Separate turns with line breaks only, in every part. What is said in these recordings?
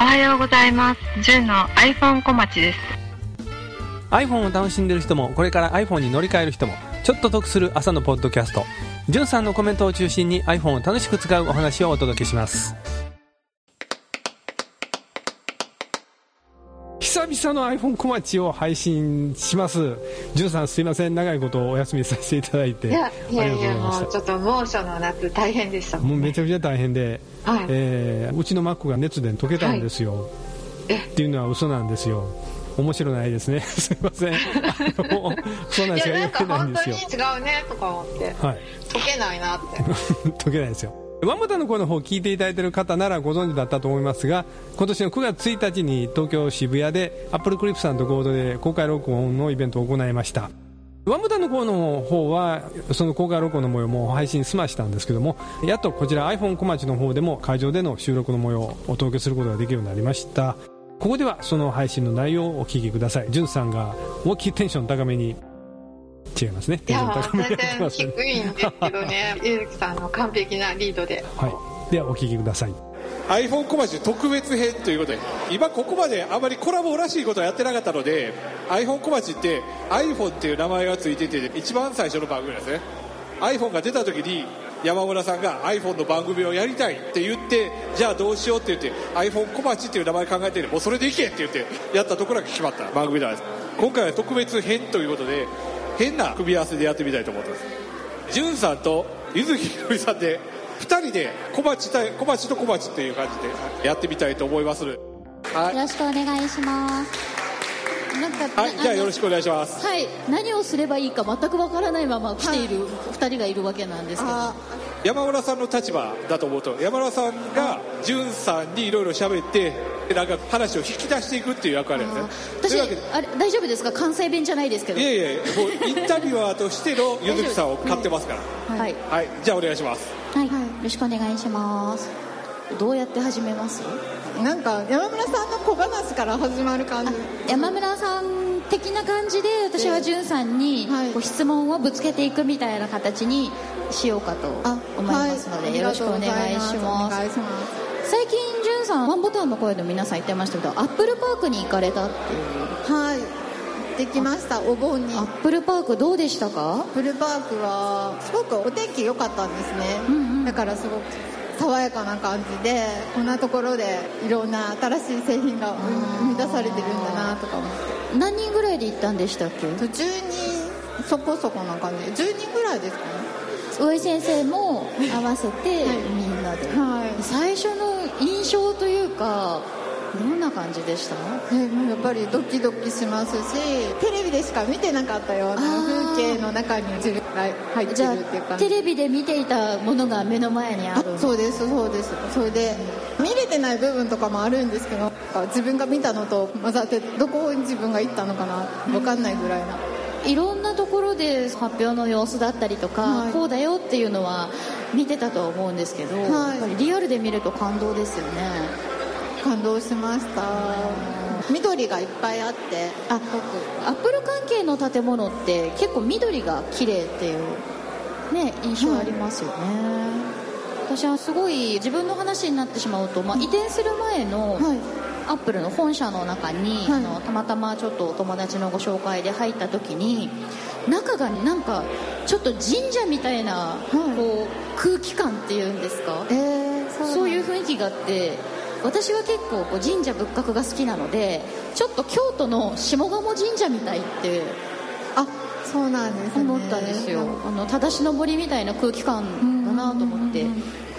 おはようございます。ジュンの iPhone 小町です。
iPhone を楽しんでる人もこれから iPhone に乗り換える人もちょっと得する朝のポッドキャストじゅんさんのコメントを中心に iPhone を楽しく使うお話をお届けします久々の iPhone 小町を配信しますじゅんさんすいません長いことお休みさせていただいて
いやいやいや
ありがとうございま
も
した
うちょっと猛暑の夏大変でした
もうめちゃくちゃ大変で、
はい
えーうちのマックが熱で溶けたんですよ、
え
っていうのは嘘なんですよ面白ないですね すいませ んあのそうなん
い
です
や
よ
な
よ
ん
く
か
ないん
本
で
当
す
に
よ
違うねとか思って
はい
解けないなって
溶けないですよワンボタンの声の方を聞いていただいている方ならご存知だったと思いますが今年の9月1日に東京渋谷でアップルクリップさんと合同で公開録音のイベントを行いましたワンボタンの声の方はその公開録音の模様も配信済ましたんですけどもやっとこちら iPhone 小町の方でも会場での収録の模様をお届けすることができるようになりましたここではその配信の内容をお聞きくださいじゅんさんが大きいテンション高めに違いますね
い
テンシ
や
ョン
もう
高めに
全
やって
然
ますね
低いんですけど ねゆずきさんの完璧なリードで
はい、ではお聞きください
iPhone 小町特別編ということで今ここまであまりコラボらしいことはやってなかったので iPhone 小町って iPhone っていう名前がついてて一番最初の番組なんですね iPhone が出た時に山村さんが iPhone の番組をやりたいって言ってじゃあどうしようって言って iPhone 小町っていう名前考えてるもうそれでいけって言ってやったところが決まった番組なんです今回は特別編ということで変な組み合わせでやってみたいと思ってますじゅんさんとゆずきひろみさんで2人で小鉢対小鉢と小鉢っていう感じでやってみたいと思いますはい、
よろしくお願いします。なんか、
はい、じゃあよろし
く。
くお願いします
はい、何をすればいいか全くわからないまま来ている二人がいるわけなんですけど。
山村さんの立場だと思うと山村さんがじゅんさんにいろいろ喋ってなんか話を引き出していくっていう役割なんですねと
私
いうわけで、
あれ、大丈夫ですか関西弁じゃないですけど
い。やいやもうインタビュアーとしてのゆずきさんを買ってますから
はい。
はいじゃあお願いします
はい、よろしくお願いします。どうやって始めます
なんか山村さんの小話から始まる感じ
山村さん的な感じで私はんさんに
はい
こう質問をぶつけていくみたいな形にしようかと思いますので、よろしくお願いし
お
ます
願いします
最近んさんワンボタンの声の皆さん言ってましたけどアップルパークに行かれたって
はいできましたお盆に
ア
アッ
ップルパークどうでしたか
プルパークはすごくお天気良かったんですね、
うんうん
だからすごく爽やかな感じでこんなところでいろんな新しい製品が生み出されてるんだなとか思って
何人ぐらいで行ったんでしたっけ
途中にそこそこな感じ10人ぐらいですかね
上井先生も合わせてみんなで、
はい
最初の印象というかどんな感じでした
ねもうやっぱりドキドキしますしテレビでしか見てなかったような
あー
風景の中に自分が入って
じゃ
るっていう
あ
か
テレビで見ていたものが目の前にあ
あ
る
そうですそうですそれで見れてない部分とかもあるんですけど自分が見たのと混ざってどこに自分が行ったのかな分かんないぐらいない
ろんなところで発表の様子だったりとか、
はい
こうだよっていうのは見てたとは思うんですけど、
はい
やっぱりリアルで見ると感動ですよね
感動しました緑がいっぱいあって
あアップル関係の建物って結構緑が綺麗っていうね印象ありますよね、私はすごい自分の話になってしまうと、まあ、移転する前の、
はい
アップルの本社の中に、
はい
あのたまたまちょっとお友達のご紹介で入った時に中がなんかちょっと神社みたいな、
い
こう空気感っていうんですか
えー、そう
そういう雰囲気があって私は結構こう神社仏閣が好きなのでちょっと京都の下鴨神社みたいって
あそうなんです、ね、
思ったんですよ、あのただしの森みたいな空気感だなと思って、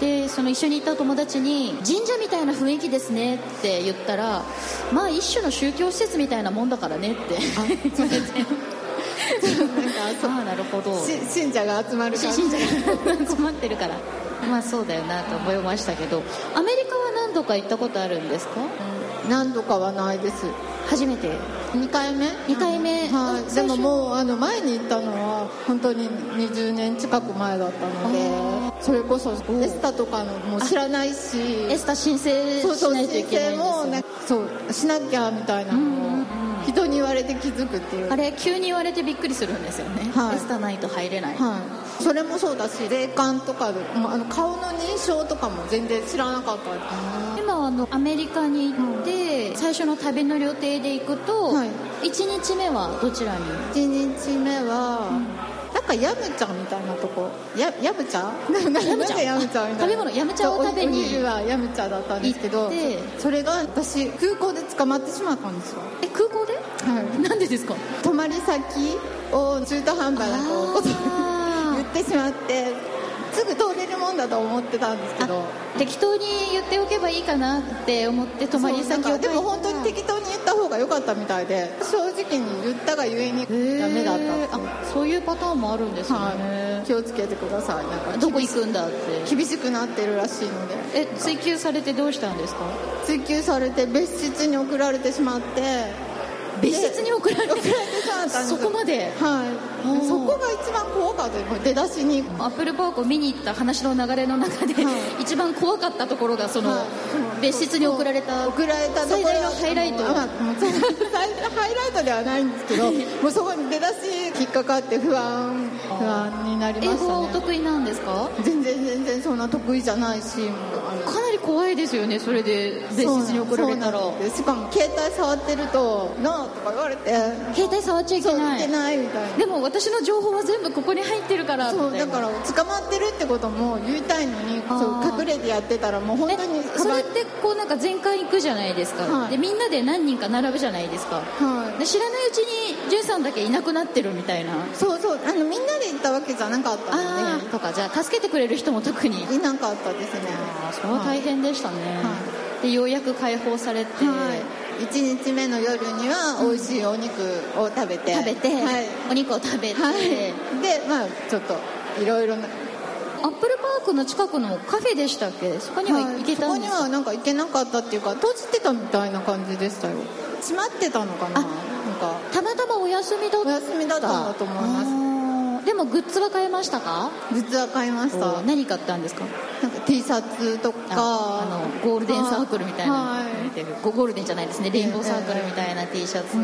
でその一緒に行った友達に「神社みたいな雰囲気ですね」って言ったら「まあ一種の宗教施設みたいなもんだからね」って言われて ああなるほど
し信者が集ま る
し
感じ
信者が集まってるからまあそうだよなと思いましたけどアメリカは何度か行ったことあるんですか
何度かはないです
初めて
2回目
二回目
はい、で
最初
ももうあの前に行ったのは本当に20年近く前だったの
あ
でそれこそエスタとかのも知らないし
エスタ申請
そう
し
そう
ないとい
申
けない
請
んですよ
も
ね
ねそうしなきゃみたいなのを人に言われて気づくっていう
あれ急に言われてびっくりするんですよね、
はい
テスタないと入れない、
はい、それもそうだし霊感とかもあの顔の認証とかも全然知らなかった
今あのアメリカに行って、最初の旅の旅程で行くと、
はい
一1日目はどちらに
1日目は、なんかヤムチャみたいなとこやヤム チャなんで
ヤムチャ
ヤムチャみたいな
食べ物ヤムチャを食べに
おお昼はヤムチャだったんですけ
行
ど
って
それが私空港で捕まってしまったんですよ
え空港で、
はい
なんでですか
泊まり先を中途半端なこう
あ
言 ってしまってすぐ通れるもんだと思ってたんですけど
適当に言っておけばいいかなって思って泊まり先
そうなん
を
かでも本当に適当に言った方が良かったみたいで正直に言ったがゆえにダメだったって
あそういうパターンもあるんですよ
は
ね
い、気をつけてくださいなんか
どこ行くんだって
厳しくなってるらしいので
え追求されてどうしたんですか
追及されて別室に送られてしまって
別室に送られて
送られてしまったんです
そ
よ
こまで
は
おー
いそこが一番怖かったですもう出だしに
アップルパークを見に行った話の流れの中で、
は
一番怖かったところがその、
はい
別室に送られた
送られたところ
最大のハイライ
あ
ト
まあもちろん最大のハイライトではないんですけどもうそこに出だし引っかかって不安不安になりまし
英
た、ね、
語はお得意なんですか
全然全然そんな得意じゃないしもうあの
かなり怖いですよねそれで別室に送られたら
そうなんですしかも携帯触ってると「なあ」とか言われて「
携帯触っちゃいけ
そう
ない
いけない」みたいな
でも私の情報は全部ここに入ってるから
そう
みた
だ
いな
から捕まってるってことも言いたいのに
あー
そう隠れてやってたらもう本当に
え
か
そ
ば
れってこうなんか全館行くじゃないですか、
はい
でみんなで何人か並ぶじゃないですか、
はい
で知らないうちにジュンさんだけいなくなってるみたいな
そうそうあのみんなで行ったわけじゃなかった
あ
の
あとかじゃあ助けてくれる人も特に
でいなかったですね
ああそれは大変でしたね、
は
でようやく解放されて、
はい、1日目の夜には美味しいお肉を食べて、
食べて、
はい、
お肉を食べて、
はい、でまあちょっといろいろな
アップルパークの近くのカフェでしたっけそこには行けたんです
そこに
か、
はなんか行けなかったっていうか閉じてたみたいな感じでしたよ閉まってたのかなな
あ
んか
たまたまお休みだった
お休みだったんだと思います
すでもグッズは買えましたか
グッズは買いました
おー何買ったんですか
なんか T シャツとか
ああのゴールデンサークルみたいな、
はい
ゴゴールデンじゃないですねレインボーサークルみたいな T シャツ、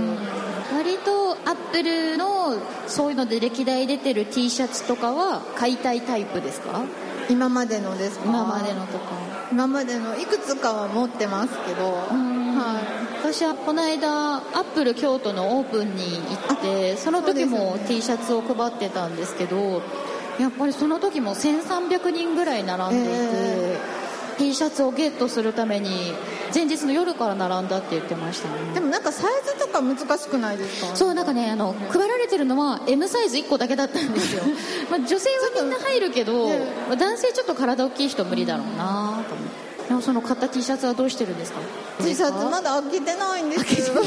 割とアップルのそういうので歴代出てる T シャツとかは買いたいタイプですか
今までのですか
今までのとか
今までのいくつかは持ってますけど
ん
は
私はこの間アップル京都のオープンに行ってその時
そうで
も
すよね
T シャツを配ってたんですけどやっぱりその時も1300人ぐらい並んでいて、
え
T シャツをゲットするために前日の夜から並んだって言ってましたね
いでもなんかサイズとか難しくないですか
そうなんかねあの配られてるのは M サイズ1個だけだったん ですよまあ女性はみんな入るけど、
ちょっとね
まあ男性ちょっと体大きい人無理だろうなと思ってでもその買った T シャツはどうしてるんですか
T シャツまだ開けてないんですよ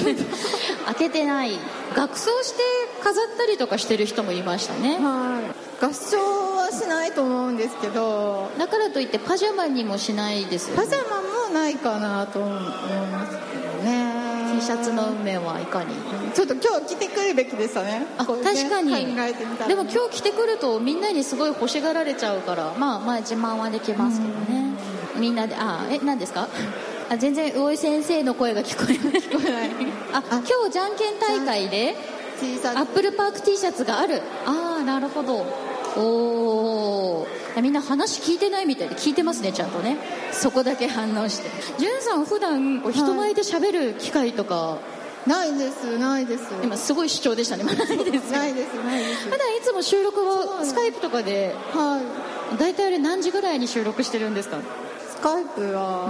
開けてない額装して飾ったりとかしてる人もいましたね、
はい合唱はしないと思うんですけど
だからといってパジャマにもしないですよ、
パ
ね、
ジャマもないかなと思いますけどね
T シャツの運命はいかに
ちょっと今日着てくるべきでしたね
あ
こう
確
ね
かに、
考えてみたら
でも今日着てくるとみんなにすごい欲しがられちゃうからまあまあ自慢はできますけどねみんなであえ何ですかあ全然魚井先生の声が聞こえない聞こえないあ今日じゃんけん大会で
T シ
アッ
ャ
プルパーク T シャツがあるああなるほどおおみんな話聞いてないみたいで聞いてますねちゃんとねそこだけ反応してジュンさん普段お人前で喋る機会とか、
ツないですないです
今すごい主張でしたねまだないです
ないですないです
普段いつも収録はスカイプとかで
はい
大体あれ何時ぐらいに収録してるんですか
スカイプは、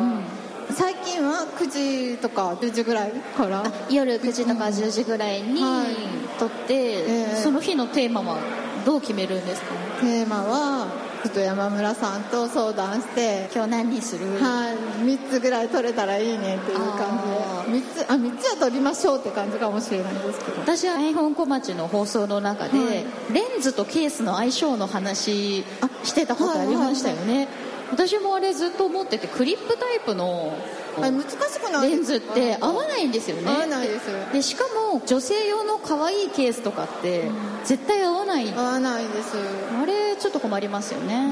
最近は9時とか10時ぐらいから
夜9時とか10時ぐらいに
はい
撮って、
ええ
その日のテーマはどう決めるんですか
テーマはちょっと山村さんと相談して
今日何にする
はい3つぐらい取れたらいいねっていう感
あー
じで3つあ三つは取りましょうって感じかもしれないですけど
私は iPhone 小町の放送の中で、
はい
レンズとケースの相性の話してたことありましたよね、私もあれずっと思っててクリップタイプの
あれ難しくない
レンズって合わないんですよね
合わないですよ
でしかも女性用の可愛いケースとかって絶対合わない
合わないです
あれちょっと困りますよね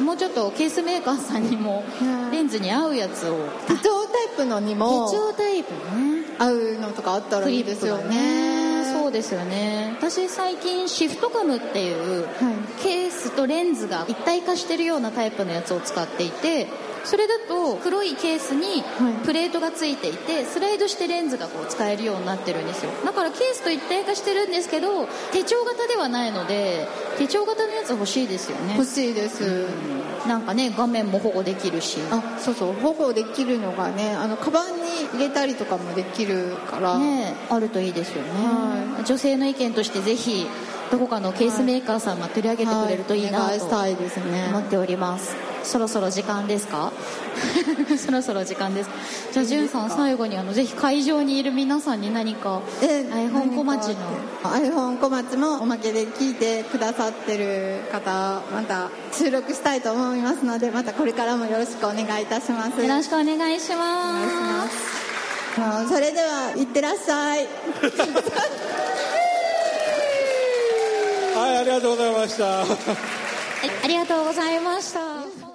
もうちょっとケースメーカーさんにも
うん
レンズに合うやつを
手帳タイプのにも
手帳タイプね
合うのとかあったらいいですよ
クリップがそうですよね私最近シフトカムっていう、
い
ケースとレンズが一体化してるようなタイプのやつを使っていてそれだと黒いケースに
はい
プレートがついていてスライドしてレンズがこう使えるようになってるんですよだからケースと一体化してるんですけど手帳型ではないので手帳型のやつ欲しいですよね
欲しいです、
なんかね画面も保護できるし
あそうそう保護できるのがねあのカバンに入れたりとかもできるから、
ねえ、あるといいですよね、
は
女性の意見としてぜひどこかのケースメーカーさんが取り上げてくれるといいな
はいお願い
と
した
思
いですね
っておりますそろそろ時間ですか そろそろ時間ですじゃあんさん最後にあのぜひ会場にいる皆さんに何か
え
iPhone 小町の
iPhone 小町もおまけで聞いてくださってる方また収録したいと思いますのでまたこれからもよろしくお願いいたします
よろしくお願いします
あのそれではいってらっしゃい
はいありがとうございました
はいありがとうございました